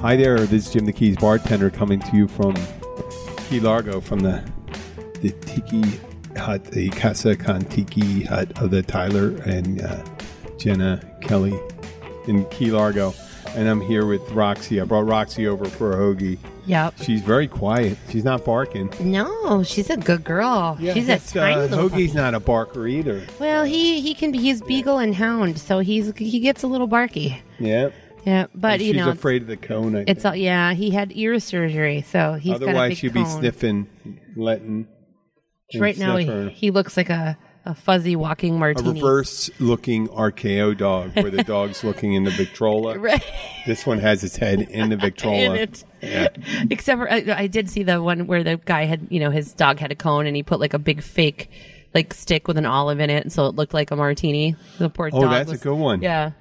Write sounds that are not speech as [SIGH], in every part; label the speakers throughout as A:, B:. A: Hi there, this is Jim the Keys bartender coming to you from Key Largo from the the Tiki Hut, the Casa Con Tiki Hut of the Tyler and uh, Jenna Kelly in Key Largo. And I'm here with Roxy. I brought Roxy over for a hoagie.
B: Yep.
A: She's very quiet. She's not barking.
B: No, she's a good girl. she's a
A: that's,
B: tiny
A: uh,
B: little
A: Hoagie's
B: puppy.
A: not a barker either.
B: Well, he he can be he's beagle and hound, so he's he gets a little barky.
A: Yeah.
B: Yeah, but
A: And
B: you
A: she's
B: know, it's-
A: afraid of the cone. I
B: it's
A: think.
B: all yeah. He had ear surgery, so he's got a
A: Otherwise,
B: big
A: she'd be
B: cone.
A: sniffing, letting. and
B: Right now,
A: sniffer.
B: he, he looks like a, a fuzzy walking
A: a
B: martini. [LAUGHS]
A: reverse looking RKO dog where the dog's looking in the Victrola.
B: [LAUGHS] Right.
A: This one has its head in the Victrola.
B: [LAUGHS] In it. [LAUGHS] Except for I, I did see the one where the guy had you know his dog had a cone and he put like a big fake like stick with an olive in it, so it looked like a martini. The poor
A: Oh,
B: dog
A: that's
B: was-
A: a good one.
B: Yeah.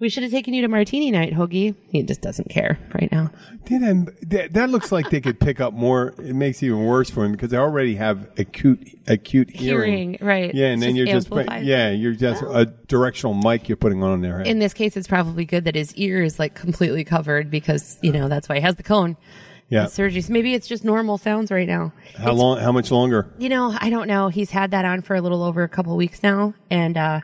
B: We should have taken you to martini night, Hoagie. He just doesn't care right now.
A: Did I- that, that looks like they could pick up more. It makes it even worse for him because they already have acute acute hearing.
B: Hearing, right.
A: Yeah, and
B: It's
A: then
B: just
A: you're just
B: amplified.
A: yeah, you're just a directional mic you're putting on their head.
B: In this case, it's probably good that his ear is like completely covered because, you know, that's why he has the cone.
A: yeah.
B: The surgery. So maybe it's just normal sounds right now.
A: How long? How much longer?
B: You know, I don't know. He's had that on for a little over a couple weeks now. And, uh,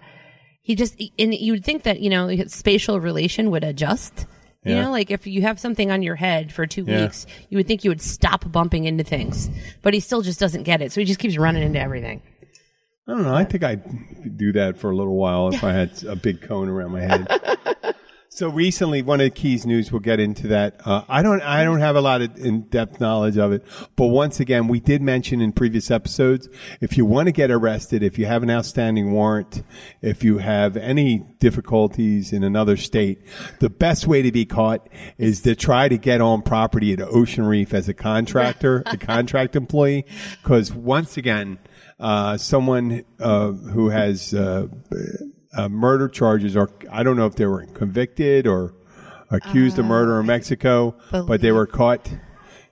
B: he just, and you'd think that, you know, his spatial relation would adjust. You
A: Yeah.
B: know, like if you have something on your head for two
A: Yeah.
B: weeks, you would think you would stop bumping into things, but he still just doesn't get it. So he just keeps running into everything.
A: I don't know. I think I'd do that for a little while if I had a big cone around my head. so recently, one of the keys news. We'll get into that. Uh, I don't. I don't have a lot of in-depth knowledge of it, but once again, we did mention in previous episodes. If you want to get arrested, if you have an outstanding warrant, if you have any difficulties in another state, the best way to be caught is to try to get on property at Ocean Reef as a contractor, a contract employee, because once again uh, someone uh, who has uh, uh, murder charges, or I don't know if they were convicted or accused of murder in Mexico, but they were caught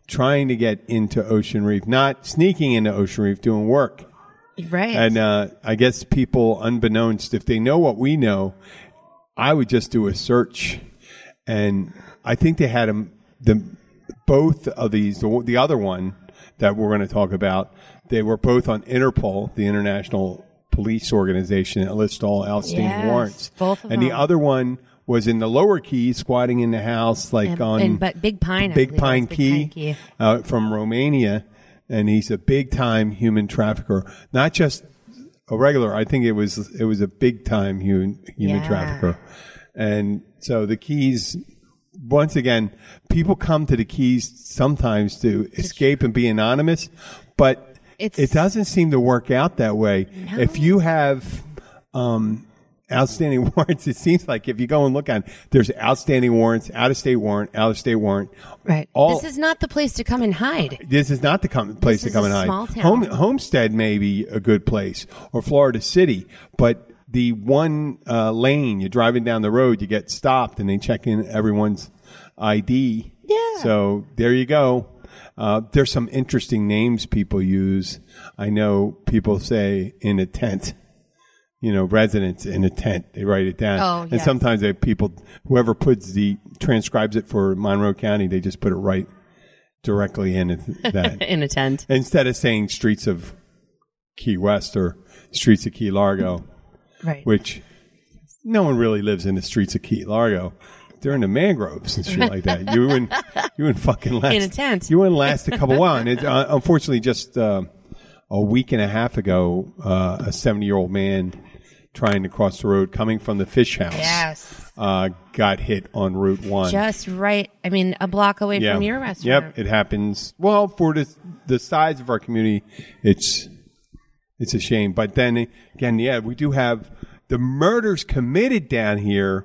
A: trying to get into Ocean Reef, not sneaking into Ocean Reef, doing work.
B: Right.
A: And uh, I guess people, unbeknownst, if they know what we know, I would just do a search. And I think they had 'em- the both of these. The, one- the other one that we're going to talk about, they were both on Interpol, the international police organization that lists all outstanding
B: Yes,
A: warrants.
B: both of
A: and the
B: them.
A: other one was in the lower key, squatting in the house, like
B: and,
A: on
B: and- but Big Pine, I
A: Big
B: believe,
A: Pine
B: it's Big
A: Key,
B: Pine Key.
A: Uh, from Romania, and he's a big time human trafficker. Not just a regular. I think it was it was a big time human human
B: Yeah.
A: trafficker, and so the keys. Once again, people come to the keys sometimes to escape and be anonymous, but
B: It's-
A: it doesn't seem to work out that way. If you have um, outstanding [LAUGHS] warrants, it seems like if you go and look on, there's outstanding warrants, out of state warrant, out of state warrant.
B: Right.
A: All-
B: this is not the place to come and hide.
A: This is not the com- place
B: This
A: to come
B: is
A: and
B: a
A: hide.
B: small town.
A: Home- Homestead may be a good place or Florida City, but the one uh, lane you're driving down the road, you get stopped and they check in everyone's ID. Yeah. So there you go. Uh, there's some interesting names people use. I know people say in a tent you know, residents in a tent. They write it down.
B: Oh,
A: And
B: yes.
A: sometimes they people, whoever puts the, transcribes it for Monroe County, they just put it right directly in it- that.
B: In a tent.
A: Instead of saying streets of Key West or streets of Key Largo,
B: Right.
A: which no one really lives in the streets of Key Largo. They're in the mangroves and shit like that. You wouldn't, you wouldn't fucking last
B: In a tent.
A: You wouldn't last a couple while. And it, uh, unfortunately, just uh, a week and a half ago, uh, a seventy-year-old man trying to cross the road, coming from the fish house,
B: Yes.
A: uh, got hit on Route One.
B: Just right. I mean, a block away
A: Yeah.
B: from your restaurant.
A: Yep, it happens. Well, for the the size of our community, it's it's a shame. But then again, yeah, we do have the murders committed down here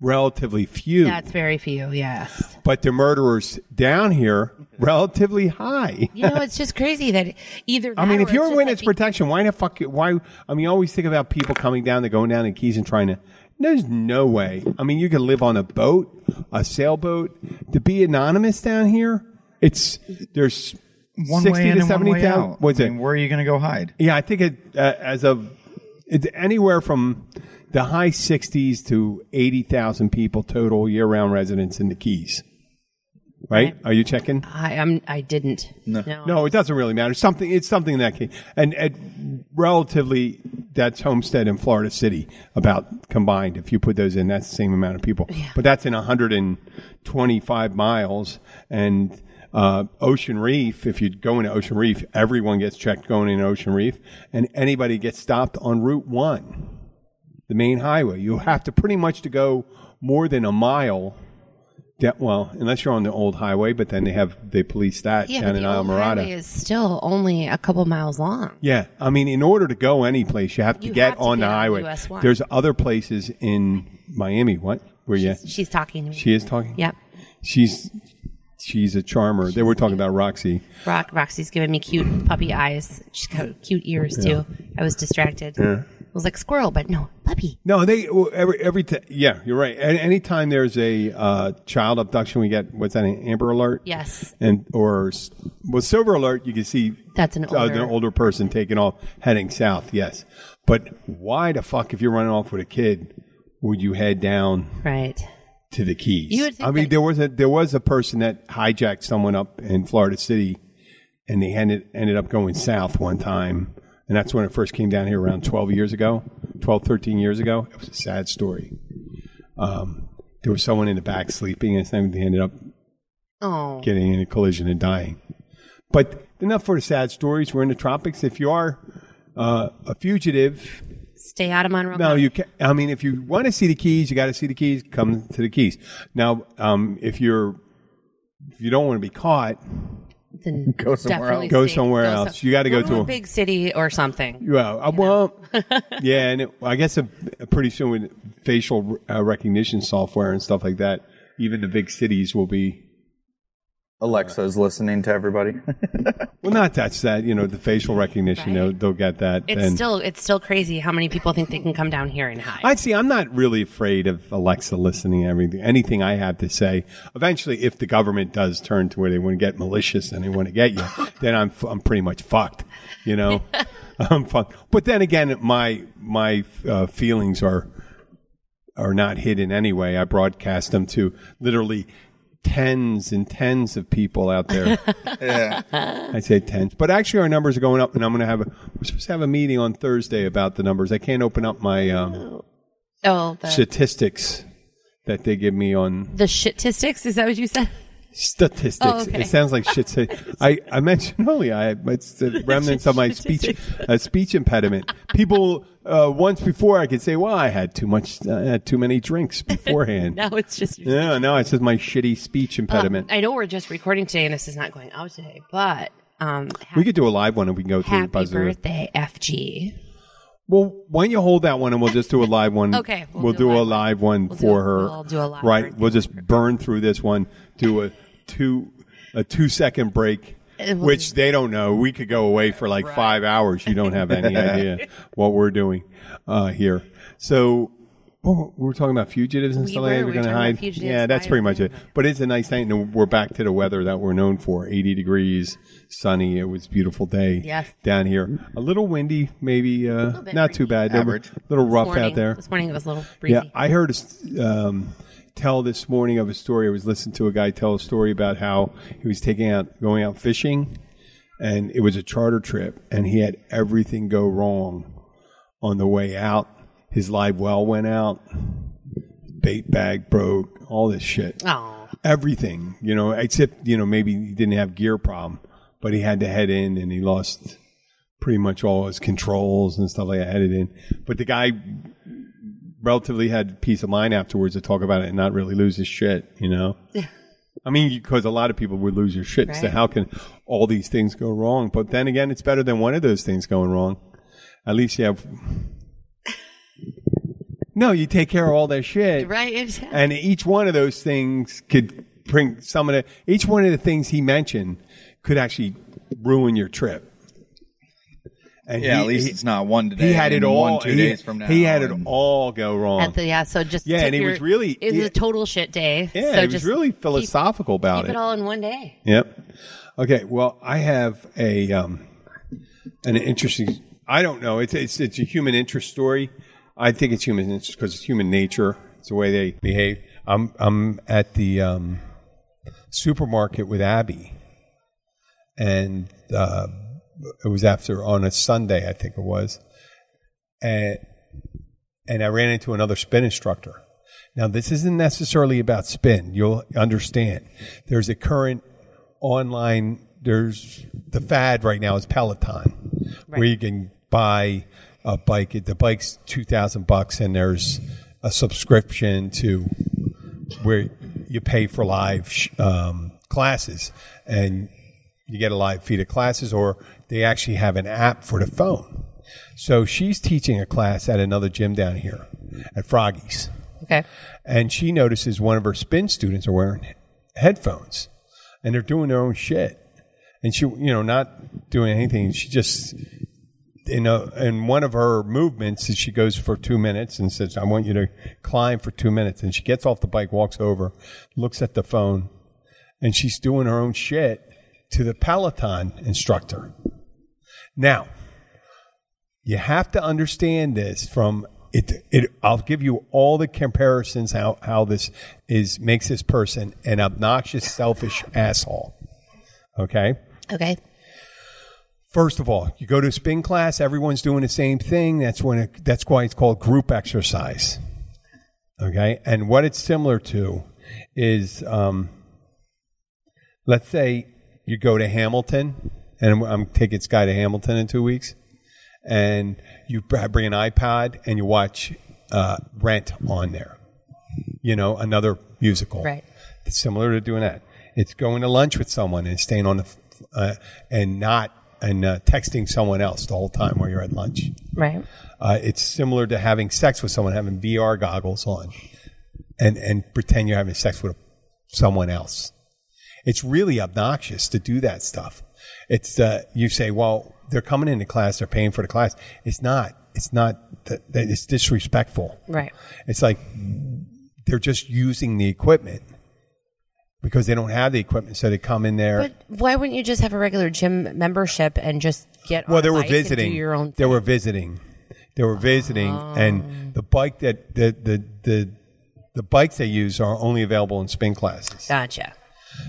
A: relatively few,
B: That's very few. Yes.
A: but the murderers down here relatively high.
B: You know, it's just crazy that either.
A: I mean, if you're in witness
B: witness
A: protection, why the fuck? you- Why? I mean, you always think about people coming down, they're going down in keys and trying to. There's no way. I mean, you can live on a boat, a sailboat. To be anonymous down here, it's there's
C: one
A: 60
C: way in
A: to
C: and one way
A: 70,000
C: out.
A: What's
C: I
A: it?
C: mean, where are you going to go hide?
A: Yeah, I think it uh, as of it's anywhere from the high 60s to 80,000 people total year-round residents in the Keys. right? Are you checking?
B: I am. I didn't. No.
A: No, it doesn't really matter. Something it's something in that case, and, and relatively, that's Homestead and Florida City about combined. If you put those in, that's the same amount of people. But that's in 125 miles, and uh, Ocean Reef. If you go into Ocean Reef, everyone gets checked going into Ocean Reef, and anybody gets stopped on Route One, the main highway. You have to pretty much to go more than a mile. da- well, unless you're on the old highway, but then they have they police that
B: Yeah,
A: down
B: but
A: in
B: the
A: Isla
B: old
A: Mirada.
B: highway is still only a couple miles long.
A: Yeah, I mean, in order to go any place, you have to
B: You
A: get
B: have to
A: on
B: get
A: the
B: on
A: highway.
B: US one.
A: There's other places in Miami. What? Where you?
B: She's talking to me.
A: She is talking.
B: Yep.
A: She's she's a charmer. They were talking about Roxy.
B: Rock, Roxy's giving me cute puppy eyes. She's got cute ears too. I was distracted. I was like squirrel, but no puppy.
A: No, they well, every every t- yeah, you're right. Any, anytime there's a uh, child abduction, we get what's that? An Amber Alert.
B: Yes,
A: And or s- well, Silver Alert. You can see
B: that's an
A: uh,
B: older.
A: an older person taking off heading south. Yes, but why the fuck if you're running off with a kid would you head down?
B: right.
A: to the keys.
B: You would think
A: I mean,
B: that-
A: there was a there was a person that hijacked someone up in Florida City, and they ended ended up going south one time, and that's when it first came down here around 12 years ago, 12, 13 years ago. It was a sad story. Um, there was someone in the back sleeping, and then they ended up
B: Oh,
A: getting in a collision and dying. But enough for the sad stories. We're in the tropics. If you are uh, a fugitive,
B: stay out of Monroe.
A: no,
B: County.
A: you can. I mean, if you want to see the keys, you got to see the keys. Come to the keys. Now, um, if you're if you don't want to be caught,
B: Then
C: [LAUGHS] Go somewhere
B: definitely
C: else.
A: Go
B: stay-
A: somewhere else. You gotta go
B: Monroe,
A: to a-
B: big city or something.
A: well, uh, well, [LAUGHS] yeah, and it, I guess a, pretty soon with facial uh, recognition software and stuff like that, even the big cities will be.
C: Alexa's listening to [LAUGHS] everybody.
A: Well, not that's that. You know, the facial recognition, they'll, they'll get that.
B: It's
A: then.
B: still it's still crazy how many people think they can come down here and hide.
A: I see. I'm not really afraid of Alexa listening to everything, anything I have to say. Eventually, if the government does turn to where they want to get malicious and they want to get you, then I'm I'm pretty much fucked. You know, I'm fucked. But then again, my my uh, feelings are are not hidden anyway. I broadcast them to literally tens and tens of people out there.
C: yeah.
A: I say tens, but actually our numbers are going up, and I'm going to have a we're supposed to have a meeting on Thursday about the numbers. I can't open up my. Um,
B: oh, the,
A: statistics that they give me on
B: the statistics is that what you said?
A: statistics.
B: Oh, okay.
A: It sounds like shit.
B: [LAUGHS]
A: say- I, I mentioned [LAUGHS] earlier, I, it's the remnants of my speech, uh, speech impediment. People, uh, once before I could say, well, I had too much, I had too many
B: [LAUGHS]
A: drinks beforehand.
B: Now it's just your
A: Yeah, no, it's just my shitty speech impediment.
B: I know we're just recording today and this is not going out today, but um, ha-
A: we could do a live one and we can go through
B: happy
A: the buzzer.
B: birthday, FG.
A: Well, why don't you hold that one and we'll just do a live one.
B: Okay,
A: We'll, do, a live one
B: We'll do
A: for
B: a-
A: her.
B: we'll do a live
A: Right.
B: birthday
A: We'll just burn through this one, do a two a two second break.
B: And Uh, we'll
A: Which they don't know. We could go away for like five hours. You don't have any
B: [LAUGHS]
A: idea what we're doing uh, here. So oh, we we're talking about fugitives and
B: We
A: stuff like
B: were.
A: that.
B: We were
A: gonna
B: talking about
A: hide.
B: fugitives,
A: Yeah, that's
B: why-
A: pretty much it. But it's a nice night, and we're back to the weather that we're known for: eighty degrees, sunny. It was a beautiful day
B: Yes.
A: down here. A little windy, maybe uh,
B: bit
A: not too bad. They were
C: Average.
A: A little rough
B: morning,
A: out there.
B: This morning it was a little breezy.
A: Yeah, I heard a s- um, tell this morning of a story. I was listening to a guy tell a story about how he was taking out going out fishing, and it was a charter trip, and he had everything go wrong on the way out. His live well went out, bait bag broke, all this shit
B: Oh,
A: everything, you know, except, you know, maybe he didn't have gear problem, but he had to head in and he lost pretty much all his controls and stuff like that headed in. But the guy relatively had peace of mind afterwards to talk about it and not really lose his shit, you know? I mean, because a lot of people would lose their shit. So
B: Right.
A: how can all these things go wrong? But then again, it's better than one of those things going wrong. At least you
B: [LAUGHS]
A: have. No, you take care of all that shit
B: right. It's-
A: and each one of those things could bring some of the each one of the things he mentioned could actually ruin your trip. And
C: Yeah,
A: he,
C: at least it's not one
A: he,
C: today.
A: he had it
C: and
A: all.
C: One, two
A: he,
C: days from now.
A: he had it
C: and-
A: all go wrong.
B: At the, yeah, so just
A: Yeah,
B: took
A: and it
B: your-
A: was really-
B: it was
A: yeah.
B: a total shit day.
A: yeah,
B: so
A: he was
B: just
A: really
B: keep-
A: philosophical about
B: Keep, it all in one day.
A: Yep. Okay. Well, I have a um, an interesting. I don't know. It's it's it's a human interest story. I think it's human interest because it's human nature. It's the way they behave. I'm I'm at the um, supermarket with Abby, and uh, it was after on a Sunday, I think it was, and and I ran into another spin instructor. Now, this isn't necessarily about spin. You'll understand. There's a current online. There's the fad right now is Peloton, where
B: Right.
A: you can buy a bike. The bike's two thousand bucks, and there's a subscription to where you pay for live sh- um, classes, and you get a live feed of classes, or they actually have an app for the phone. So she's teaching a class at another gym down here at Froggy's
B: Okay.
A: and she notices one of her spin students are wearing headphones and they're doing their own shit and she you know not doing anything she just you know in one of her movements is she goes for two minutes and says i want you to climb for two minutes and she gets off the bike walks over looks at the phone and she's doing her own shit to the peloton instructor now you have to understand this from it it I'll give you all the comparisons how how this is makes this person an obnoxious selfish asshole. Okay?
B: Okay.
A: First of all, you go to a spin class, everyone's doing the same thing. That's when it, that's why it's called group exercise. Okay? And what it's similar to is um, let's say you go to Hamilton and I'm taking Sky to Hamilton in 2 weeks and you br- bring an iPod and you watch uh, Rent on there. You know, another musical.
B: Right.
A: It's similar to doing that. It's going to lunch with someone and staying on the f- uh, and not and uh, texting someone else the whole time while you're at lunch.
B: Right.
A: Uh, it's similar to having sex with someone, having VR goggles on, and and pretend you're having sex with someone else. It's really obnoxious to do that stuff. It's uh, you say, well, they're coming into class, they're paying for the class. It's not. It's not. That, that it's disrespectful.
B: Right.
A: It's like they're just using the equipment because they don't have the equipment, so they come in there.
B: But why wouldn't you just have a regular gym membership and just get on
A: well,
B: a
A: they were
B: bike and do
A: visiting.
B: your own Oh.
A: They were visiting. They were visiting, and the bike that the the the the bikes they use are only available in spin classes.
B: Gotcha.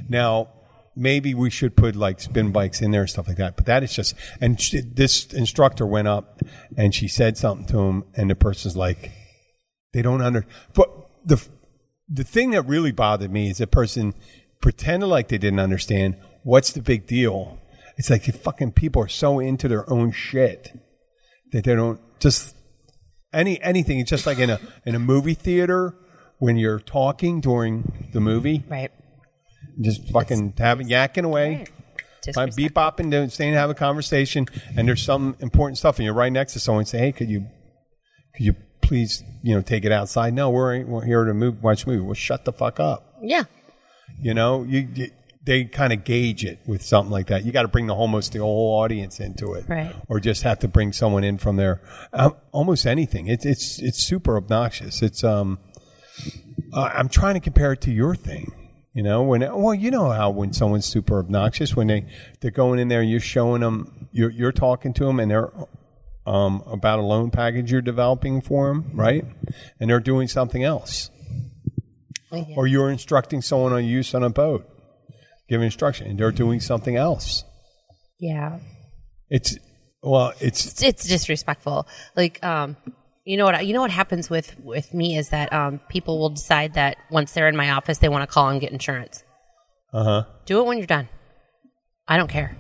A: Now, maybe we should put like spin bikes in there and stuff like that. But that is just. And she, this instructor went up and she said something to him, and the person's like, they don't under. But the the thing that really bothered me is the person pretended like they didn't understand. What's the big deal? It's like the fucking people are so into their own shit that they don't just any anything. It's just like in a in a movie theater when you're talking during the movie
B: Right.
A: just fucking having yakking away. I'm
B: Disrespect.
A: bebopping, doing- staying, have a conversation, and there's some important stuff, and you're right next to someone. Say, hey, could you, could you please, you know, take it outside? No, we're, we're here to move, watch a movie. Well, shut the fuck up.
B: Yeah.
A: You know, you, you they kind of gauge it with something like that. You got to bring the almost the whole audience into it,
B: Right.
A: Or just have to bring someone in from there. Um, almost anything. It's it's it's super obnoxious. It's um, uh, I'm trying to compare it to your thing. You know, when well, you know how when someone's super obnoxious, when they they're going in there, you're showing them, you're you're talking to them, and they're um, about a loan package you're developing for them, right? And they're doing something else, or you're instructing someone on use on a boat, giving instruction, and they're doing something else.
B: Yeah.
A: It's well, it's
B: it's, it's disrespectful. Like, um, you know what? You know what happens with with me is that um, people will decide that once they're in my office, they want to call and get insurance.
A: uh huh.
B: Do it when you're done. I don't care.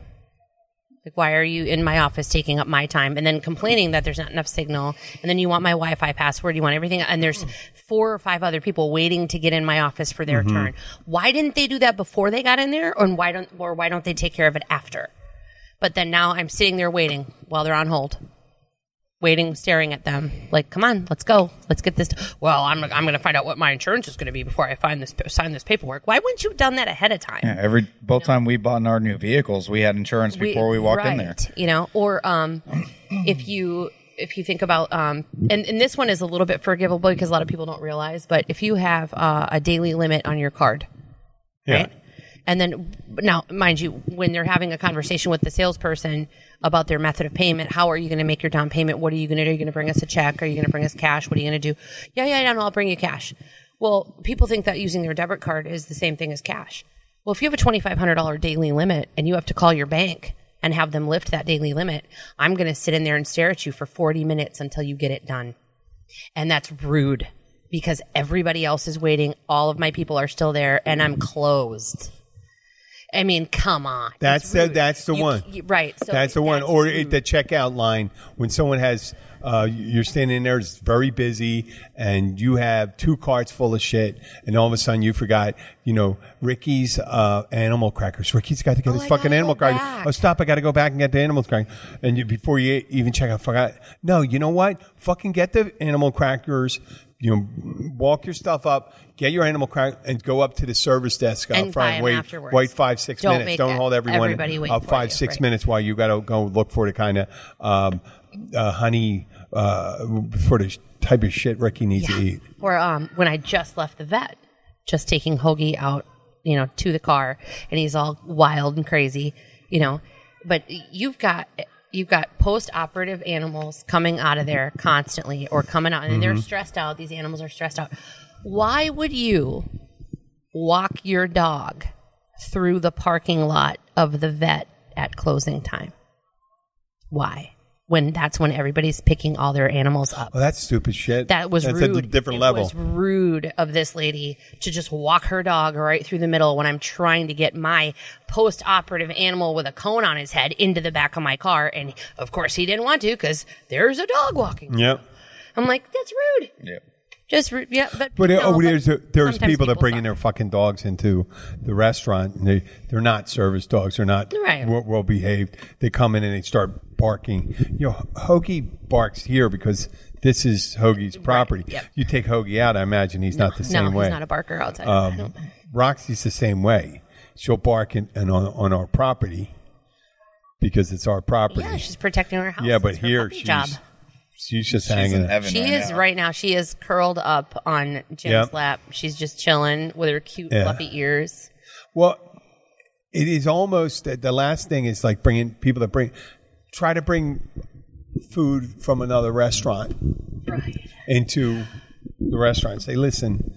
B: Like, why are you in my office taking up my time and then complaining that there's not enough signal? And then you want my Wi Fi password, you want everything. And there's four or five other people waiting to get in my office for their turn. Why didn't they do that before they got in there? Or why don't, or why don't they take care of it after? But then now I'm sitting there waiting while they're on hold, waiting, staring at them. Like, come on, let's go, let's get this. well, I'm I'm going to find out what my insurance is going to be before I find this sign this paperwork. Why wouldn't you have done that ahead of time?
C: Yeah, every both time we bought in our new vehicles, we had insurance before we walked in there.
B: right, You know, or um, if you if you think about um, and, and this one is a little bit forgivable because a lot of people don't realize, but if you have uh, a daily limit on your card,
A: Yeah.
B: right? And then now, mind you, when they're having a conversation with the salesperson about their method of payment, how are you going to make your down payment? What are you going to do? Are you going to bring us a check? Are you going to bring us cash? What are you going to do? Yeah, yeah, yeah, no, I'll bring you cash. Well, people think that using their debit card is the same thing as cash. Well, if you have a $2,500 daily limit and you have to call your bank and have them lift that daily limit, I'm going to sit in there and stare at you for 40 minutes until you get it done. And that's rude because everybody else is waiting. All of my people are still there and I'm closed. I mean, come on.
A: That's the,
B: rude.
A: that's the
B: You-
A: one.
B: you- right. So mm-hmm.
A: that's the one. Or
B: rude.
A: at the checkout line when someone has, uh, you're standing in there, it's very busy, and you have two carts full of shit, and all of a sudden you forgot, you know, Ricky's uh, animal crackers. Ricky's got to get
B: Oh,
A: his
B: I
A: fucking
B: gotta
A: animal
B: go
A: cracker.
B: back.
A: Oh, stop! I got to go back and get the animal cracker. And you, before you even check out, forgot. No, you know what? Fucking get the animal crackers. You know, walk your stuff up, get your animal cracker, and go up to the service desk uh, out
B: And buy
A: front.
B: 'em
A: wait,
B: afterwards.
A: wait five, six
B: Don't
A: minutes.
B: make
A: Don't
B: that-
A: hold everyone
B: everybody wait
A: uh,
B: for
A: five,
B: you,
A: six
B: right.
A: minutes minutes while you got to go look for the kind of um, uh, honey uh, for the sh- type of shit Ricky needs to eat.
B: Or um, when I just left the vet, just taking Hoagie out, you know, to the car, and he's all wild and crazy, you know. But you've got you've got post-operative animals coming out of there constantly, or coming out, and they're stressed out. These animals are stressed out. Why would you walk your dog through the parking lot of the vet at closing time? Why? When that's when everybody's picking all their animals up
A: Well, that's stupid shit.
B: that was
A: that's
B: rude.
A: a different
B: It
A: level.
B: was rude of this lady to just walk her dog right through the middle when I'm trying to get my post-operative animal with a cone on his head into the back of my car, and of course he didn't want to because there's a dog walking.
A: Yep.
B: I'm like, that's rude.
C: Yep.
B: Just rude. Yeah, but,
A: But
B: no,
A: uh, oh,
B: but
A: there's there's
B: sometimes
A: people that bring
B: suck.
A: in their fucking dogs into the restaurant, and they they're not service dogs. They're not
B: Right.
A: well, well behaved. They come in and they start barking. You know, Hoagie barks here because this is Hoagie's property.
B: yep.
A: You take Hoagie out, I imagine he's not the
B: no,
A: same
B: he's
A: way.
B: not a barker outside. I
A: Um,
B: don't-
A: Roxy's the same way. She'll bark in, and on, on our property because it's our property.
B: yeah, she's protecting her house.
A: Yeah, but
B: It's her
A: here
B: puppy
A: she's
B: job.
A: she's just
C: She's in
A: hanging. out.
C: heaven
B: She
C: right
B: is
C: now.
B: right now. She is curled up on Jim's
A: Yep.
B: lap. She's just chilling with her cute
A: Yeah.
B: fluffy ears.
A: Well, it is almost uh, the- the last thing is like bringing people that bring try to bring food from another restaurant into the restaurant. Say, listen,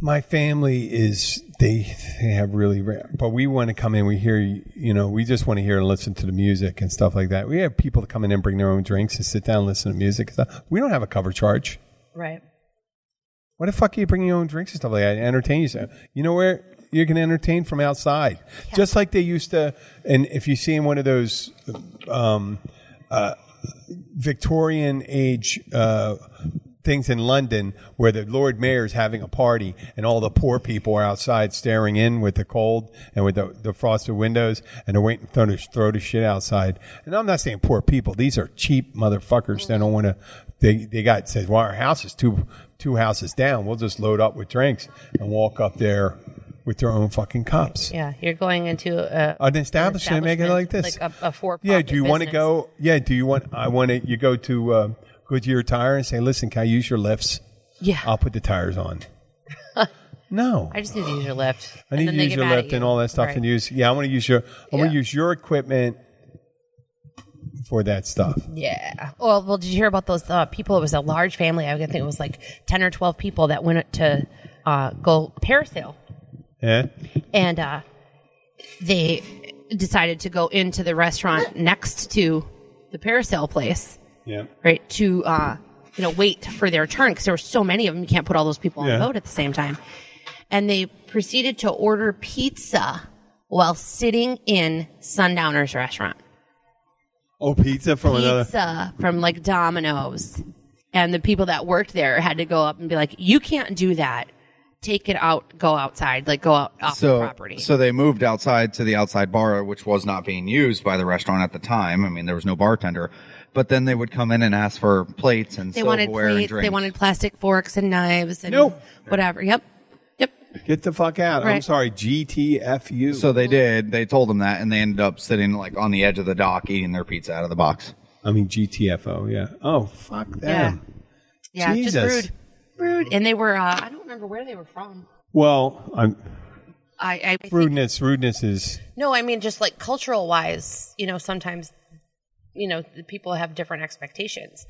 A: my family is they they have really rare, but we want to come in. We hear you you know we just want to hear and listen to the music and stuff like that. We have people that come in and bring their own drinks and sit down and listen to music. and stuff. We don't have a cover charge.
B: Right.
A: Why the fuck are you bringing your own drinks and stuff like that? And entertain yourself. You know where you can entertain from outside, just like they used to. And if you see in one of those um, uh, Victorian age uh, things in London, where the Lord Mayor is having a party and all the poor people are outside staring in with the cold and with the, the frosted windows, and they're waiting to throw the shit outside. And I'm not saying poor people; these are cheap motherfuckers. They don't want to. They they got says, well, our house is two two houses down. We'll just load up with drinks and walk up there with their own fucking cups.
B: Yeah, you're going into a
A: An establishment, make it like this.
B: like a, a four.
A: Yeah. Do you want to go? Yeah. Do you want? I want to. You go to uh, Goodyear Tire and say, "Listen, can I use your lifts?
B: Yeah,
A: I'll put the tires
B: [LAUGHS]
A: on." no,
B: I just need to use your lift.
A: I need to use your lift and all that stuff. And use yeah, I want to use your. I want
B: Yeah.
A: to use your equipment for that stuff.
B: Yeah. Well, well, did you hear about those uh, people? It was a large family. I think it was like ten or twelve people that went to uh, go parasail.
A: Yeah.
B: and uh, they decided to go into the restaurant next to the parasail place,
A: Yeah.
B: right? To uh, you know wait for their turn because there were so many of them. You can't put all those people on
A: Yeah.
B: the boat at the same time. And they proceeded to order pizza while sitting in Sundowner's restaurant.
A: Oh, pizza from another.
B: Pizza from like Domino's. And the people that worked there had to go up and be like, "You can't do that. Take it out. Go outside. Like go out off the
C: So,
B: property."
C: so they moved outside to the outside bar, which was not being used by the restaurant at the time. I mean, there was no bartender. But then they would come in and ask for plates and
B: They
C: silverware
B: wanted
C: and
B: plates.
C: drinks.
B: They wanted plastic forks and knives and
A: Nope.
B: whatever. Yep. Yep.
A: Get the fuck out! I'm
B: Right.
A: sorry. GTFU.
C: So they did. They told them that, and they ended up sitting like on the edge of the dock eating their pizza out of the box.
A: I mean GTFO. Yeah. Oh fuck them.
B: Yeah.
A: Jesus.
B: Just rude. Rude. And they were, uh, I don't remember where they were from.
A: Well, I'm
B: I, I think-
A: rudeness. Rudeness is
B: no, I mean, just like cultural wise, you know, sometimes, you know, the people have different expectations.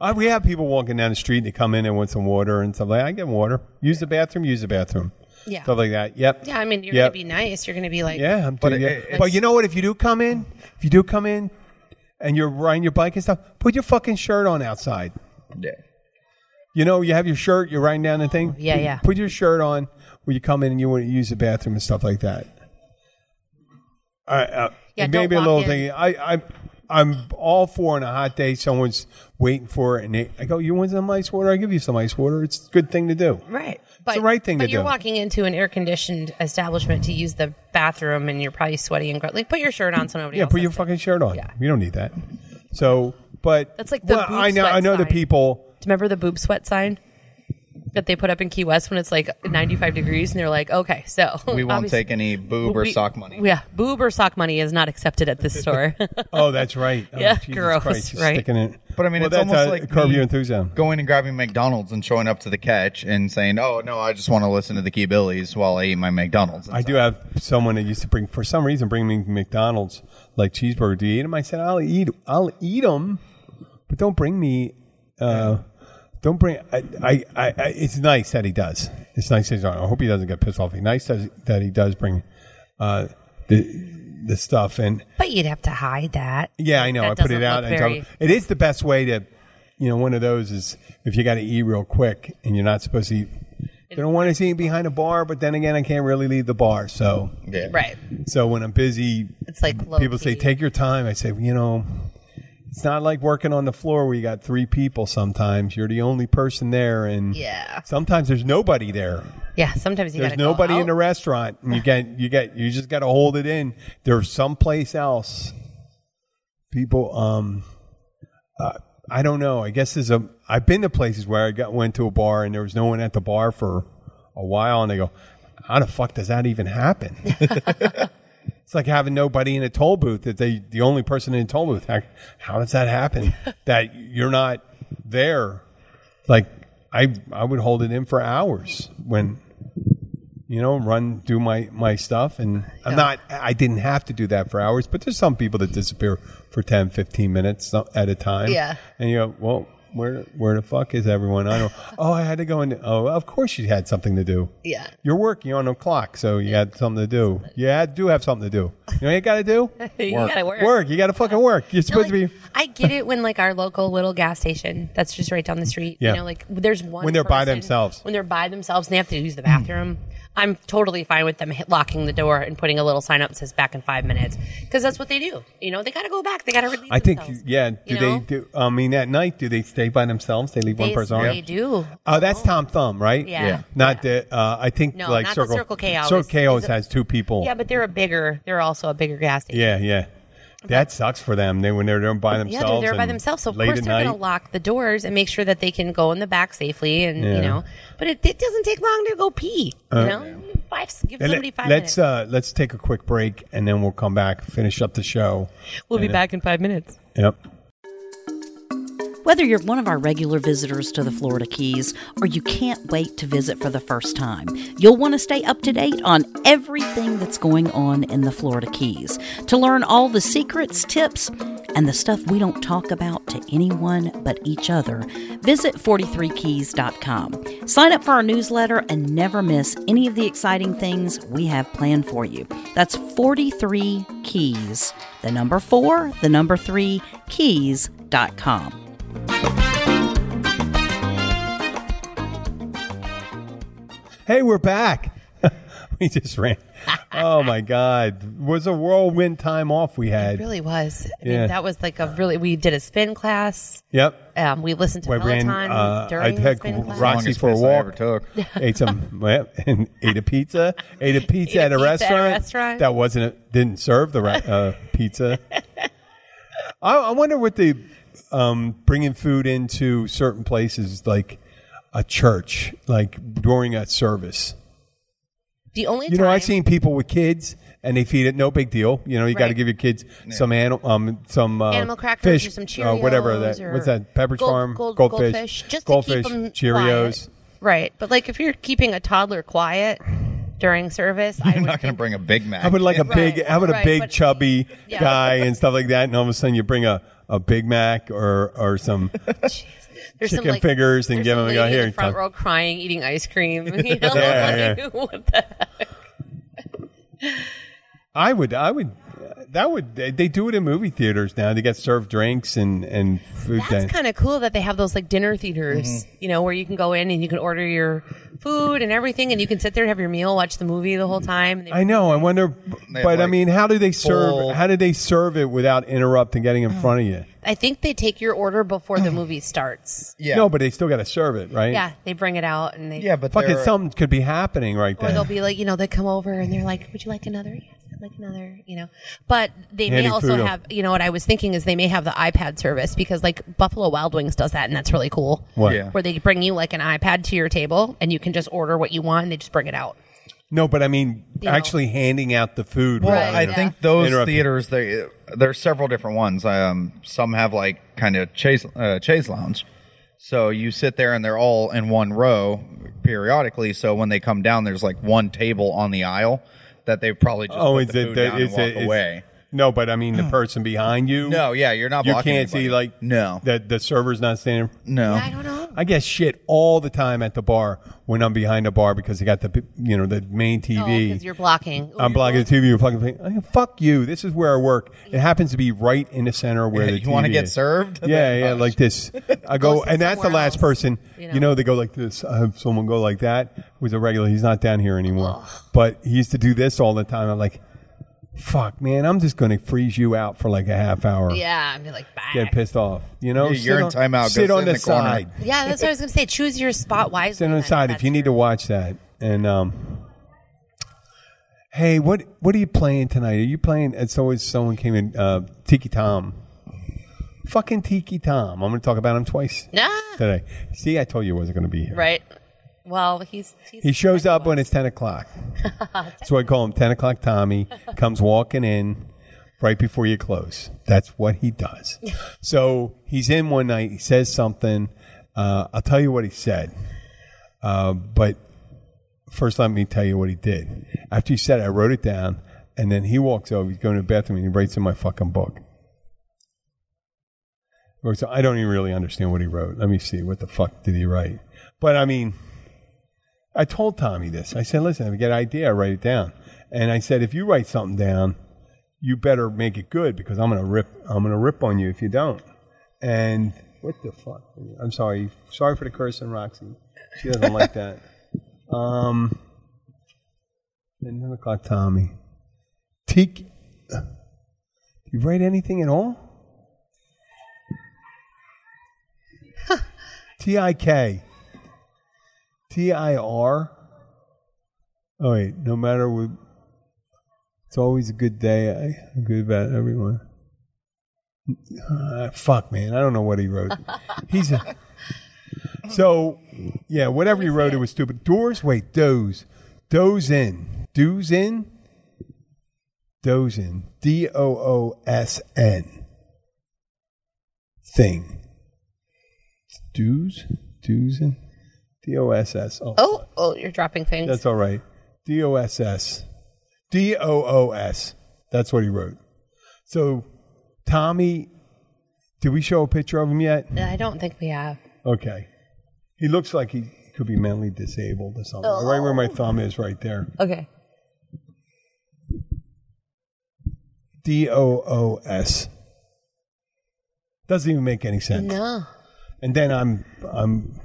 A: Uh, we have people walking down the street. They come in and want some water and stuff like. I get water. Use the bathroom. Use the bathroom.
B: Yeah.
A: stuff like that. Yep.
B: Yeah, I mean, you're
A: Yep.
B: gonna be nice. You're gonna be like,
A: Yeah, I'm doing
C: it-
A: it.
C: it-
A: But you know what? If you do come in, if you do come in, and you're riding your bike and stuff, put your fucking shirt on outside.
C: Yeah.
A: You know, you have your shirt. You're riding down the thing.
B: yeah, yeah.
A: Put your shirt on when you come in and you want to use the bathroom and stuff like that. I, uh,
B: Yeah,
A: it
B: don't
A: may be a
B: walk
A: little
B: in.
A: thing. I, I, I'm all for on a hot day. Someone's waiting for it, and they, I go, "You want some ice water? I give you some ice water. It's a good thing to do."
B: right. But,
A: the right thing
B: but
A: to
B: you're
A: do.
B: walking into an air conditioned establishment to use the bathroom, and you're probably sweaty and gro- like put your shirt on so nobody.
A: Yeah,
B: else
A: put your
B: has to-
A: fucking shirt on. You don't need that. So, but
B: That's like the
A: well,
B: boob
A: I know.
B: sweat
A: I know the
B: sign.
A: people.
B: Do you remember the boob sweat sign that they put up in Key West when it's like 95 degrees, and they're like, okay, so
C: We won't
B: obviously-
C: take any boob or
B: we-
C: sock money.
B: Yeah, boob or sock money is not accepted at this [LAUGHS] store.
A: Oh, that's
B: [LAUGHS]
A: right. Oh,
B: Yeah,
A: Jesus
B: gross,
A: Christ, just
B: right.
A: Sticking it.
C: But I mean,
A: Well,
C: it's
A: that's
C: almost
A: uh,
C: like
A: curb
C: me
A: your enthusiasm.
C: Going and grabbing McDonald's and showing up to the catch and saying, "Oh no, I just want to listen to the Key Billies while I eat my McDonald's."
A: I do have someone that used to bring, for some reason, bring me McDonald's like cheeseburger. Do you eat them? I said, I'll eat, I'll eat them, but don't bring me. Uh, don't bring. I, I, I, I. It's nice that he does. It's nice that he's on. I hope he doesn't get pissed off. It's nice that that he does bring uh, the the stuff and
B: but you'd have to hide that.
A: Yeah, I know.
B: That
A: I put it
B: doesn't
A: out.
B: look
A: And tell-
B: very-
A: it is the best way to, you know, one of those is if you got to eat real quick and you're not supposed to eat. They don't want to see me behind a bar, but then again, I can't really leave the bar. So,
C: Yeah.
B: Right.
A: so when I'm busy,
B: It's like low
A: people say
B: key.
A: take your time. I say, well, you know, it's not like working on the floor where you got three people. Sometimes you're the only person there, and
B: Yeah.
A: sometimes there's nobody there.
B: Yeah. Sometimes you
A: There's
B: gotta go
A: nobody in
B: out.
A: the restaurant. And you get you get you just got to hold it in. There's someplace else. People, um, uh, I don't know. I guess there's a. I've been to places where I got went to a bar and there was no one at the bar for a while, and they go, "How the fuck does that even happen?" it's like having nobody in a toll booth. That they the only person in a toll booth. How, how does that happen? that you're not there. Like I I would hold it in for hours when you know, run do my my stuff and I'm not I didn't have to do that for hours, but there's some people that disappear for 10, 15 minutes so- at a time.
B: Yeah.
A: And you go, "Well, where where the fuck is everyone?" I don't Oh, I had to go in. Oh, of course you had something to do.
B: Yeah.
A: You're working on a clock, so you had something to do. You had, do have something to do. You know what you got to do?
B: [LAUGHS] you
C: Work.
B: gotta [LAUGHS] work.
A: Work. You got to fucking work. You're
B: No,
A: supposed to
B: like,
A: be
B: I get it when like our local little gas station that's just right down the street.
A: Yeah.
B: You know, like there's one
A: When they're by
B: person-
A: themselves.
B: When they're by themselves and they have to use the bathroom. I'm totally fine with them hit, locking the door and putting a little sign up that says back in five minutes because that's what they do. You know, they got to go back. They got to release.
A: I think
B: themselves,
A: yeah, do
B: you
A: they
B: know?
A: do I mean at night do they stay by themselves? They leave one
B: They-
A: person on?
B: They do.
A: Oh, that's Tom Thumb, right?
B: Yeah. Yeah.
A: Not the. Uh, I think
B: No,
A: like
B: not the
A: Circle,
B: Circle K always-
A: Circle K
B: is
A: always
B: it-
A: has two people.
B: Yeah, but they're a bigger. They're also a bigger gas station.
A: yeah, yeah. That sucks for them. They when they're there by
B: Yeah,
A: themselves.
B: they're there by
A: and
B: themselves. So of
A: late
B: course
A: at
B: they're going
A: night.
B: to lock the doors and make sure that they can go in the back safely, and
A: Yeah. Uh,
B: you know. But it, it doesn't take long to go pee. You know, five. Give
A: Let-
B: somebody five
A: let's
B: minutes.
A: uh, let's take a quick break and then we'll come back, finish up the show.
B: we'll be back in five minutes.
A: Yep.
D: Whether you're one of our regular visitors to the Florida Keys or you can't wait to visit for the first time, you'll want to stay up to date on everything that's going on in the Florida Keys to learn all the secrets, tips, and the stuff we don't talk about to anyone but each other. Visit 43keys.com. Sign up for our newsletter and never miss any of the exciting things we have planned for you. That's 43 Keys, the number 4, the number 3 keys.com.
A: Hey, we're back. [LAUGHS] we just ran. oh my God! was a whirlwind time off we had.
B: It really was. I
A: Yeah.
B: mean, that was like a really. We did a spin class.
A: Yep. [LAUGHS]
B: Um, we listened to
A: I ran.
B: Peloton
A: Uh, I
B: during the
A: had
B: spin class.
A: Roxy
C: Longest
A: for a
C: piss I ever
A: walk.
B: [LAUGHS]
C: took.
A: ate some well, and ate a pizza. Ate a pizza,
B: Ate a
A: at, a
B: pizza at a
A: restaurant,
B: restaurant.
A: that wasn't a, didn't serve the re- uh, [LAUGHS] pizza. I, I wonder what the um, bringing food into certain places like a church, like during a service.
B: The only
A: You
B: time
A: know, I've seen people with kids. And they feed it, no big deal. You know, you got to
B: Right.
A: give your kids some animal, um, some uh,
B: animal crackers
A: fish,
B: or some
A: uh,
B: Cheerios,
A: whatever that.
B: or
A: What's that? Pepperidge
B: gold-
A: Farm,
B: gold-
A: goldfish,
B: just
A: goldfish,
B: to keep 'em
A: Cheerios.
B: quiet. Right, but like if you're keeping a toddler quiet during service,
A: [LAUGHS]
B: I
C: I'm
B: would
C: not going to bring a Big Mac.
A: How about like a
B: Right,
A: big, how about a
B: right,
A: big
B: but-
A: chubby
B: Yeah.
A: guy and stuff like that, and all of a sudden you bring a, a Big Mac or or some
B: there's some
A: Chicken
B: like
A: fingers and
B: there's
A: give
B: some
A: them a go
B: lady in
A: here.
B: the front
A: Tuck.
B: row crying, eating ice cream. [LAUGHS] You know,
A: [LAUGHS] Yeah,
B: like, [LAUGHS] what the heck?
A: I would, I would, that would, they they do it in movie theaters now. They get served drinks and, and food.
B: That's
A: then.
B: kind of cool that they have those like dinner theaters, you know, where you can go in and you can order your food and everything, and you can sit there and have your meal, watch the movie the whole time. And they-
A: I know. I wonder, but I
C: like,
A: mean, how do they serve?
C: full-
A: How do they serve it without interrupting getting
B: Oh.
A: in front of you?
B: I think they take your order before the movie starts.
C: Yeah.
A: No, but they still got to serve it, right?
B: Yeah, they bring it out and they
C: yeah, but
A: Fucking
C: they're-
A: something could be happening right
B: or
A: there.
B: they'll be like, you know, they come over and they're like, "Would you like another?" Yes, I'd like another. You know, but they may
A: Handing
B: also
A: food out.
B: have, you know, what I was thinking is they may have the iPad service because like Buffalo Wild Wings does that, and that's really cool.
A: What?
C: Yeah.
B: Where they bring you like an iPad to your table and you can just order what you want and they just bring it out.
A: No, but I mean,
B: You know.
A: actually handing out the food.
C: Well,
A: rather
C: I
A: than-
B: yeah.
C: think those
A: Interrupt you.
C: theaters they there are several different ones. Um, some have like kind of chase uh, chase lounge, so you sit there and they're all in one row periodically. So when they come down, there's like one table on the aisle that they probably just
A: Oh, is
C: put the
A: it?
C: food
A: that-
C: down
A: is
C: and walk
A: it- is-
C: away.
A: No, but I
B: Oh.
A: mean, the person behind you.
C: No, yeah, you're not.
A: you
C: blocking
A: can't see
C: anybody.
A: like
C: no,
A: that the server's not standing.
C: no.
B: I don't know.
A: I get shit all the time at the bar when I'm behind the bar because they got the you know the main TV.
B: because Oh, you're blocking. Ooh,
A: I'm
C: Oh,
B: you're
A: blocking the TV. You're fucking playing. I go, fuck you. This is where I work. It happens to be right in the center where the
C: you want to
A: TV
C: get
A: is.
C: served?
A: Yeah, yeah,
C: Gosh.
A: like
C: [LAUGHS]
A: this. I go,
B: sit
A: and that's the
B: somewhere
A: last
B: else,
A: person.
B: you
A: You
B: know.
A: know? they go like this. I have someone go like that. Who's a regular? He's not down here anymore. But he used to do this all the time. I'm like, fuck, man, I'm just going to freeze you out for like a half hour.
B: Yeah, I'd be like, bye.
A: Get pissed off. You know,
C: Yeah, you're
A: Sit
C: in
A: on-
C: timeout. Go
A: Sit
C: sit
A: on
C: in
A: the,
C: the corner.
A: side.
B: Yeah, that's what I was gonna say. Choose your spot wisely.
A: Sit on the
B: then,
A: side if
B: that's
A: you need to
B: your-
A: watch that. And um, hey, what what are you playing tonight? Are you playing? It's always someone came in. Uh, Tiki Tom, fucking Tiki Tom. I'm going to talk about him twice
B: Nah,
A: today. See, I told you I wasn't going to be here.
B: right. Well, he's, he's
A: He shows up when it's ten o'clock. That's why I call him ten o'clock [LAUGHS] Tommy. Comes walking in right before you close. That's what he [LAUGHS] does. So he's in one night. He says something. Uh, I'll tell you what he said. Uh, but first, let me tell you what he did. After he said it, I wrote it down. And then he walks over. He's going to the bathroom and he writes in my fucking book. Or So I don't even really understand what he wrote. Let me see. What the fuck did he write? But I mean, I told Tommy this. I said, listen, if I get an idea, I write it down. And I said, if you write something down, you better make it good because I'm gonna rip. I'm gonna rip on you if you don't. And what the fuck? I'm sorry. Sorry for the cursing, Roxy. She doesn't like that. Um, and then o'clock, Tommy. Teak, you write anything at all? T I K. T I R. Oh wait, no matter what, it's always a good day. I, I'm good about everyone. Ah, fuck, man, I don't know what he wrote. He's a, so yeah. Whatever he wrote, it was stupid. Doors, wait, doze, doze in, doze in, doze in, D O O S N. Thing. Doze, doze in, D O S S.
B: Oh, oh, you're dropping things.
A: That's all right. D O S S. D O O S. That's what he wrote. So, Tommy, did we show a picture of him yet?
B: I don't think we have.
A: Okay. He looks like he could be mentally disabled or something. Right where my thumb is, right there.
B: Okay.
A: D O O S. Doesn't even make any sense.
B: No.
A: And then I'm I'm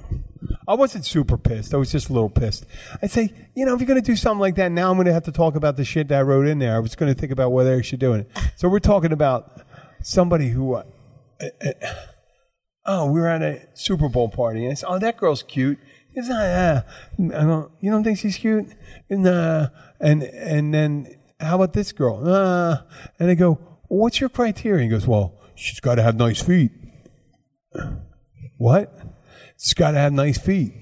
A: I wasn't super pissed. I was just a little pissed. I'd say, you know, if you're going to do something like that, now I'm going to have to talk about the shit that I wrote in there. I was going to think about whether I should do it. So we're talking about somebody who, uh, uh, oh, we were at a Super Bowl party, and I said, oh, that girl's cute. It's not, uh, I don't, you don't think she's cute? Nah. And and then how about this girl? Nah. And I go, what's your criteria? He goes, well, she's got to have nice feet. What? She's got to have nice feet.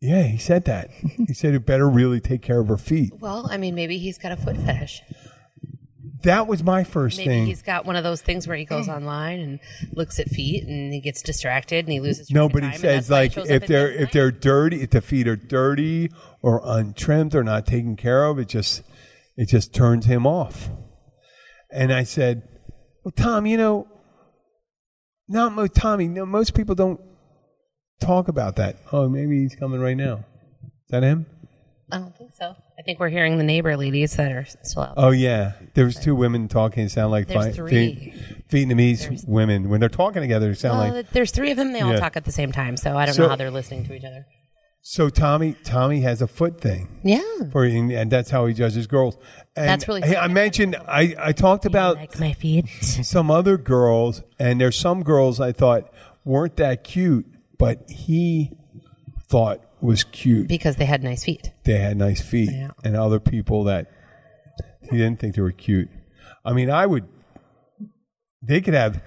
A: Yeah, he said that. he said it better really take care of her feet.
B: Well, I mean, maybe he's got a foot fetish.
A: That was my first
B: Maybe
A: thing.
B: he's got one of those things where he goes online and looks at feet and he gets distracted and he loses. track of
A: Nobody
B: time, and
A: says
B: that's why it
A: like
B: shows up
A: if
B: in
A: they're
B: bedtime.
A: if they're dirty, if the feet are dirty or untrimmed or not taken care of, it just it just turns him off. And I said, "Well, Tom, you know, not mo- Tommy. No, most people don't talk about that. Oh, maybe he's coming right now. Is that him?
B: I don't think so. I think we're hearing the neighbor ladies that are still out.
A: Oh yeah, there was two women talking. It sounded like
B: There's
A: Vi-
B: three.
A: Vi- Vietnamese women when they're talking together. It sound
B: Well,
A: like
B: there's three of them. They all
A: Yeah.
B: talk at the same time, so I don't
A: So-
B: know how they're listening to each other.
A: so. Tommy Tommy has a foot thing,
B: Yeah,
A: for, and, and that's how he judges girls. And
B: That's really
A: Hey, I
B: funny.
A: mentioned I I talked about
B: like my feet.
A: some other girls, and there's some girls I thought weren't that cute, but he thought was cute.
B: [LAUGHS] because they had nice feet.
A: They had nice feet,
B: Yeah.
A: and other people that he didn't think they were cute. I mean, I would. They could have.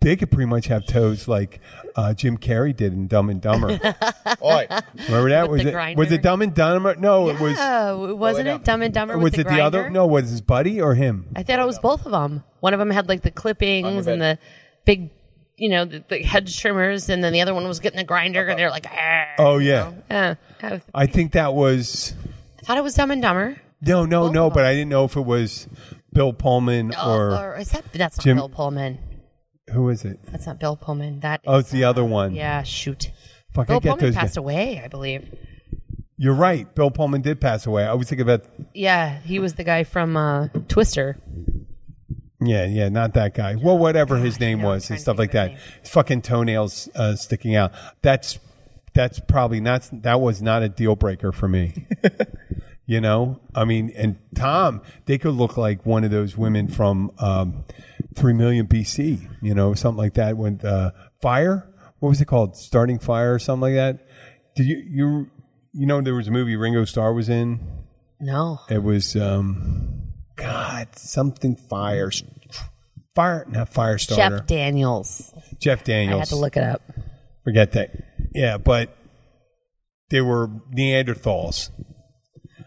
A: They could pretty much have toes like uh, Jim Carrey did in Dumb and
B: [LAUGHS]
A: Dumber.
C: Oi.
A: [LAUGHS] Remember that?
B: With
A: was
B: the
A: it
B: grinder?
A: was it Dumb and Dumber? No, it was.
B: Oh, wasn't it Dumb and Dumber?
A: Was
B: with
A: it the other?
B: grinder?
A: No, was his buddy or him?
B: I thought it was both of them. One of them had like the clippings and the big, you know, the, the hedge trimmers, and then the other one was getting the grinder, and they're like, ah.
A: Oh yeah,
B: Yeah. I
A: I think that was.
B: thought it was Dumb and Dumber.
A: No, no,
B: Both
A: no.
B: of
A: But
B: them.
A: I didn't know if it was Bill Pullman
B: Oh,
A: or,
B: or is that that's not
A: Jim-
B: Bill Pullman?
A: who is it?
B: That's not Bill Pullman. That
A: Oh,
B: is-
A: it's the other one.
B: yeah, shoot.
A: Fuck, I
B: Bill
A: get
B: Pullman
A: those.
B: passed away, I believe.
A: You're right. Bill Pullman did pass away. I was thinking about.
B: Yeah, he was the guy from uh, Twister.
A: Yeah, yeah, not that guy. Well, whatever his name
B: know, I'm
A: was
B: trying
A: and
B: to
A: stuff
B: think
A: like that.
B: of his name.
A: His fucking toenails uh, sticking out. That's that's probably not. That was not a deal breaker for
B: [LAUGHS]
A: me. you know, I mean, and Tom, they could look like one of those women from um, Three Million BC. You know, something like that. When uh, fire, what was it called? Starting fire or something like that. Did you you you know there was a movie Ringo Starr was in.
B: No,
A: It was um, God, something fire, fire, not fire starter.
B: Jeff Daniels.
A: Jeff
B: I
A: Daniels.
B: had to look it up.
A: Forget that. Yeah, but they were Neanderthals.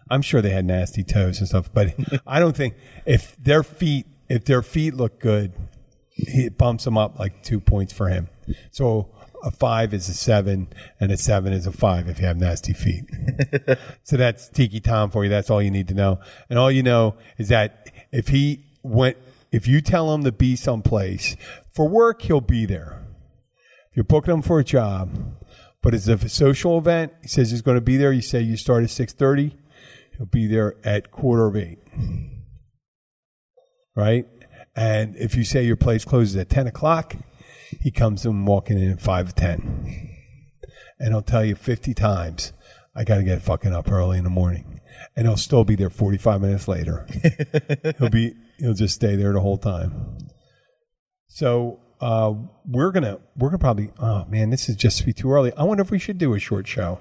A: I'm sure they had nasty toes and stuff, but I don't think if their feet if their feet look good, he- it bumps them up like two points for him. So a five is a seven, and a seven is a five if you have nasty feet. so that's Tiki Tom for you. That's all you need to know, and all you know is that if he went, if you tell him to be someplace for work, he'll be there if you're booking him for a job, but it's a social event, he says he's going to be there. You say you start at six thirty, he'll be there at quarter of eight, right? And if you say your place closes at ten o'clock, he comes in walking in at five ten, and he'll tell you fifty times, "I got to get fucking up early in the morning," and he'll still be there forty five minutes later. he'll be he'll just stay there the whole time. So uh, we're gonna we're gonna probably oh man, this is just be too early. I wonder if we should do a short show.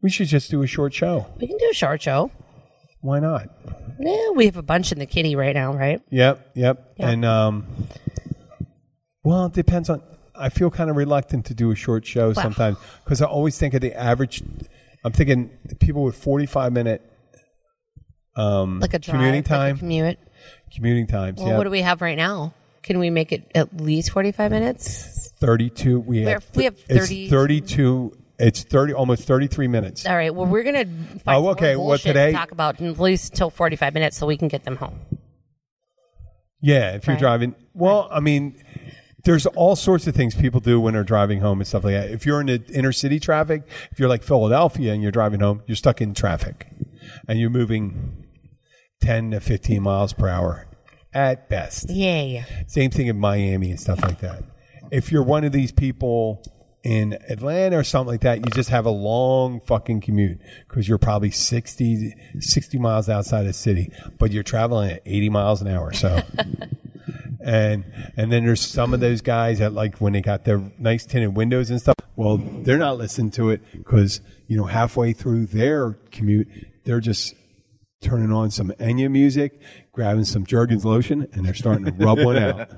A: We should just do a short show.
B: We can do a short show.
A: Why not?
B: Yeah, we have a bunch in the kitty right now, right?
A: Yep, yep.
B: Yeah.
A: And um, well, it depends on. I feel kind of reluctant to do a short show sometimes because I always think of the average. I'm thinking people with 45 minute
B: Like a
A: Mm.
B: drive,
A: Commuting
B: like a
A: time.
B: commute.
A: commuting times.
B: Well,
A: yeah,
B: what do we have right now? Can we make it at least forty-five minutes?
A: 32. We
B: We're-
A: have
B: we have
A: It's
B: 30
A: 32. It's 30, almost 33 minutes.
B: All right. Well, we're gonna find
A: Oh, okay, well,
B: some more bullshit
A: today-
B: to talk about at least till forty-five minutes, so we can get them home.
A: Yeah, if you're
B: Right.
A: driving. Well, I mean, there's all sorts of things people do when they're driving home and stuff like that. If you're in the inner city traffic, if you're like Philadelphia and you're driving home, you're stuck in traffic and you're moving 10 to 15 miles per hour at best.
B: Yeah, yeah.
A: Same thing in Miami and stuff like that. If you're one of these people in Atlanta or something like that, you just have a long fucking commute because you're probably 60, 60 miles outside the city, but you're traveling at 80 miles an hour. So. And and then there's some of those guys that like when they got their nice tinted windows and stuff. Well, they're not listening to it because you know halfway through their commute, they're just turning on some Enya music, grabbing some Jergens lotion, and they're starting to rub one
B: [LAUGHS]
A: out.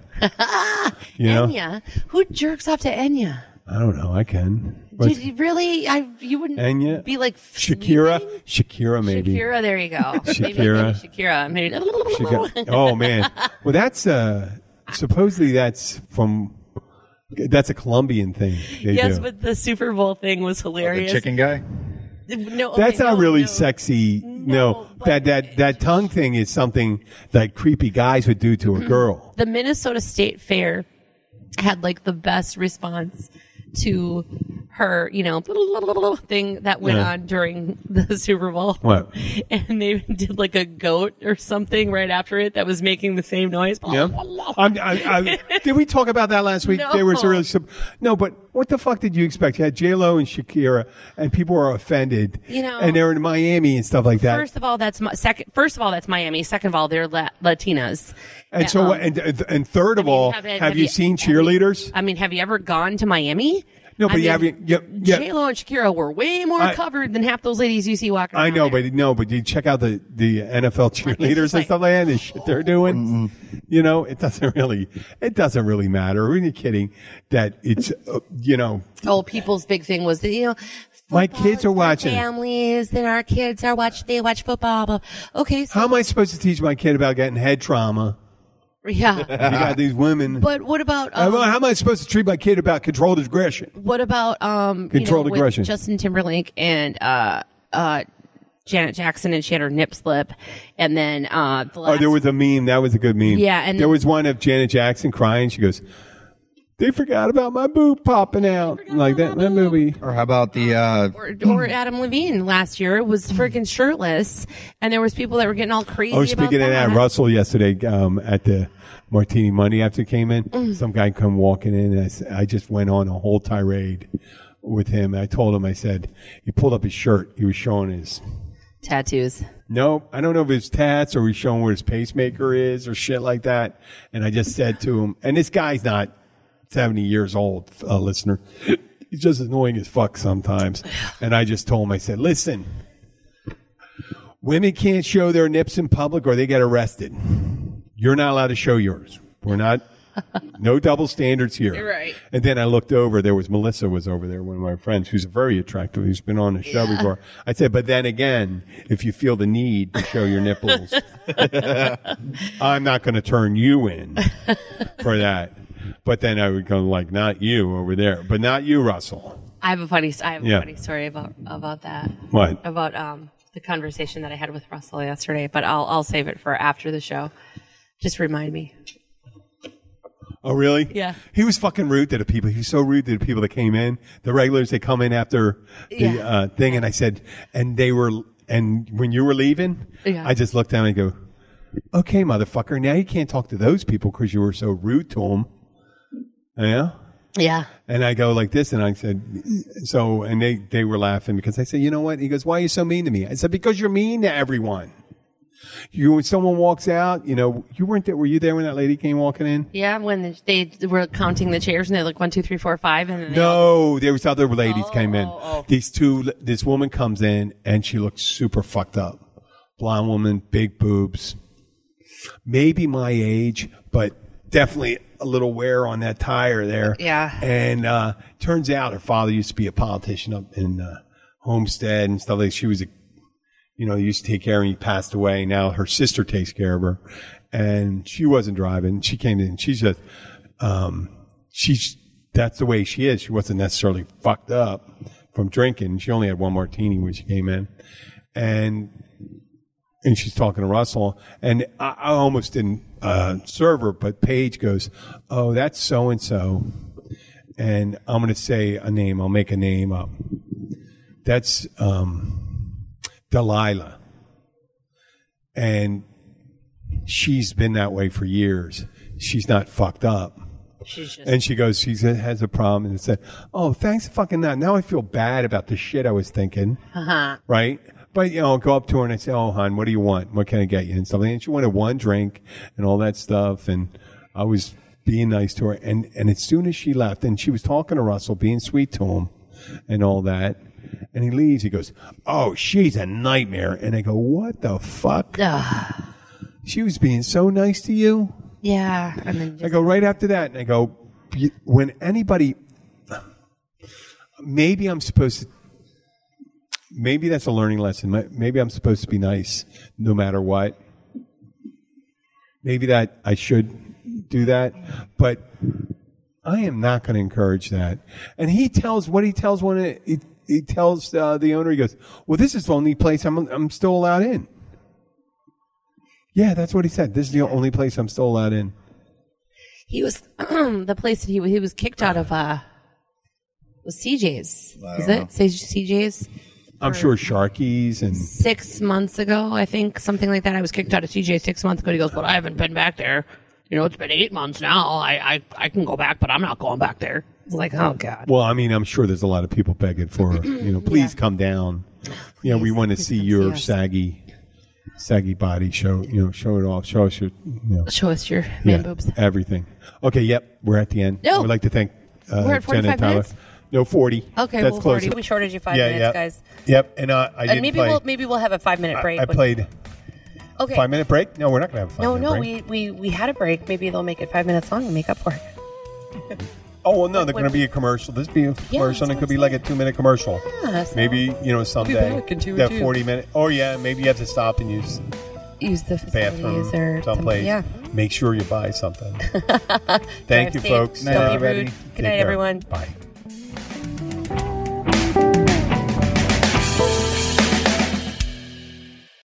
A: You know,
B: Enya, who jerks off to Enya?
A: I don't know. I can. But
B: Dude, you really? I you wouldn't
A: Enya,
B: be like
A: [LAUGHS] Shakira,
B: sleeping?
A: Shakira, maybe.
B: Shakira, there you
A: [LAUGHS]
B: go.
A: Shakira.
B: maybe, maybe Shakira, maybe. [LAUGHS]
A: She got- oh man. Well, that's uh supposedly that's from that's a Colombian thing. They
B: Yes,
A: do. Oh,
B: but the Super Bowl thing was
C: The
B: hilarious.
C: chicken guy?
B: No, okay,
A: That's not
B: no,
A: really
B: no.
A: sexy. No,
B: No, but-
A: that that that tongue thing is something that creepy guys would
B: Mm-hmm.
A: do to a girl.
B: the Minnesota State Fair had like the best response to her, you know, thing that went
A: Yeah.
B: on during the [LAUGHS] Super Bowl.
A: What?
B: And they did like a goat or something right after it that was making the same noise.
A: Yeah. I'm, I, I, did we talk about that last week? There was a
B: No.
A: really sub- no, but what the fuck did you expect? You had J Lo and Shakira, and people are offended.
B: You know-
A: and they're in Miami and stuff like that.
B: First of all, that's my second. First of all, that's Miami. Second of all, they're la- Latinas.
A: and so,
B: um,
A: and and third of all, have,
B: have- have
A: you
B: you-
A: seen cheerleaders?
B: I mean, have you ever gone to Miami?
A: No, but
B: I
A: you
B: mean,
A: haven't- yep, yep.
B: J-Lo and Shakira were way more
A: I-
B: covered than half those ladies you see walking.
A: I
B: around
A: know,
B: there.
A: but no, but you check out the the NFL cheerleaders and
B: like-
A: stuff like that, and shit they're doing. You know, it doesn't [LAUGHS] really it doesn't really matter. Are you kidding? That it's uh, you know
B: oh, people's big thing was that you know.
A: My
B: football
A: kids
B: is
A: are
B: for
A: watching.
B: Families, then our kids are watch. They watch football. Blah. Okay, so
A: how am I supposed to teach my kid about getting head trauma?
B: yeah.
A: You [LAUGHS] got these women.
B: but what about
A: Uh,
B: um,
A: well, how am I supposed to treat my kid about controlled aggression?
B: what about um you know,
A: Controlled
B: with
A: aggression.
B: Justin Timberlake and uh uh Janet Jackson and she had her nip slip, and then uh the
A: Oh,
B: last
A: there was a meme. That was a good meme.
B: Yeah, and-
A: there was one of Janet Jackson crying. She goes, "They forgot about my boob popping out like that." That movie.
C: Or how about the uh,
B: or, or Adam Levine last year was freaking shirtless, and there was people that were getting all crazy.
A: I was Oh, speaking
B: about
A: to
B: that.
A: Nat Russell yesterday um, at the Martini Money after he came in.
B: Mm.
A: Some guy come walking in, and I s- I, just went on a whole tirade with him. I told him, I said, he pulled up his shirt. He was showing his.
B: tattoos.
A: No, I don't know if his tats or he's showing where his pacemaker is or shit like that. And I just said to him, and this guy's not 70 years old, uh, listener. [LAUGHS] He's just annoying as fuck sometimes. And I just told him, I said, listen, women can't show their nips in public or they get arrested. You're not allowed to show yours. We're not, no double standards here.
B: Right.
A: And then I looked over, there was Melissa was over there, one of my friends who's very attractive, who's been on the show before. I said, but then again, if you feel the need to show your nipples, [LAUGHS] I'm not going to turn you in for that. But then I would go like, not you over there, but not you, Russell.
B: I have a funny. I have a
A: Yeah.
B: funny story about about that.
A: What?
B: About um the conversation that I had with Russell yesterday, but I'll I'll save it for after the show. Just remind me.
A: Oh, really?
B: Yeah.
A: He was fucking rude to the people. He was so rude to the people that came in. The regulars, they come in after the
B: Yeah.
A: uh, thing. And I said, and they were, and when you were leaving,
B: Yeah.
A: I just looked down and go, okay, motherfucker, now you can't talk to those people because you were so rude to them. Yeah.
B: Yeah.
A: And I go like this, and I said, so, and they, they were laughing because I said, you know what? He goes, why are you so mean to me? I said, because you're mean to everyone. You, when someone walks out, you know, you weren't there. Were you there when that lady came walking in?
B: Yeah, when they were counting the chairs and they're like one, two, three, four, five, and then they all-
A: No, there was other ladies came in.
B: Oh, oh.
A: These two, this woman comes in and she looks super fucked up. Blonde woman, big boobs, maybe my age, but definitely a little wear on that tire there.
B: Yeah.
A: And uh, turns out her father used to be a politician up in uh, Homestead and stuff like. She was a, you know, used to take care of him. He passed away. Now her sister takes care of her, and she wasn't driving. She came in. She's just um, she's that's the way she is. She wasn't necessarily fucked up from drinking. She only had one martini when she came in, and and she's talking to Russell, and I, I almost didn't uh, serve her, but Paige goes, "Oh, that's so and so," and I'm going to say a name. I'll make a name up. That's um, Delilah, and she's been that way for years. She's not fucked up.
B: She's just
A: And she goes, she said- has a problem, and said, "Oh, thanks fucking that. Now I feel bad about the shit I was thinking, right?" But you know, I'll go up to her and I say, "Oh, hon, what do you want? What can I get you?" And something. And she wanted one drink and all that stuff. And I was being nice to her. And and as soon as she left, and she was talking to Russell, being sweet to him, and all that. And he leaves. He goes, "Oh, she's a nightmare." And I go, "What the fuck? She was being so nice to you."
B: yeah, and then
A: I
B: just,
A: go right after that, and I go, "You- when anybody, maybe I'm supposed to, maybe that's a learning lesson. Mi- Maybe I'm supposed to be nice no matter what. Maybe that I should do that, but I am not going to encourage that. And he tells what he tells when it, he, he tells uh, the owner, he goes, well, this is the only place I'm, I'm still allowed in. Yeah, that's what he said. This is the only place I'm still allowed in.
B: [CLEARS THROAT] he was the place that he he was kicked out of. Uh, was CJ's.
C: I
B: Is
C: don't
B: it Say CJ's?
A: I'm sure Sharkies and
B: Six months ago, I think something like that. I was kicked out of CJ six months ago. He goes, "But I haven't been back there. You know, it's been eight months now. I I, I can go back, but I'm not going back there." It's like, oh god.
A: well, I mean, I'm sure there's a lot of people begging for you
B: [CLEARS THROAT]
A: know, please come down. You know, we want to see your
B: us.
A: saggy, saggy body. Show you know, show it off. Show us your you know,
B: Show us your man
A: yeah,
B: boobs.
A: everything. Okay, yep, we're at the end.
B: No.
A: we'd like to thank uh,
B: We're at
A: Jen
B: 45
A: and Tyler.
B: minutes?
A: No, forty.
B: Okay,
A: that's
B: well,
A: close.
B: 40. We shorted you five
A: yeah,
B: minutes,
A: yeah.
B: guys.
A: Yep, and uh, I didn't
B: And maybe
A: play.
B: we'll maybe we'll have a five minute break.
A: I played
B: Okay.
A: five minute break. No, we're not going to have a five
B: No,
A: minute
B: no,
A: break.
B: we, we we had a break. Maybe they'll make it five minutes long and make up for it.
A: Oh well, no, they're
B: When-
A: going to be a commercial. This be a commercial,
B: that's
A: and it
B: what
A: could be
B: I'm
A: like a two-minute commercial.
B: Yeah, so-
A: maybe you know someday
B: back in two or
A: that
B: two.
A: forty-minute. Oh yeah, maybe you have to stop and use
B: Use the facilities
A: bathroom
B: or
A: someplace.
B: something. Yeah. [LAUGHS]
A: Make sure you buy something. Thank
B: Drive
A: you,
B: safe.
A: folks.
B: Don't be
C: everybody.
B: rude.
A: Take
B: Good night,
A: care.
B: everyone.
A: Bye.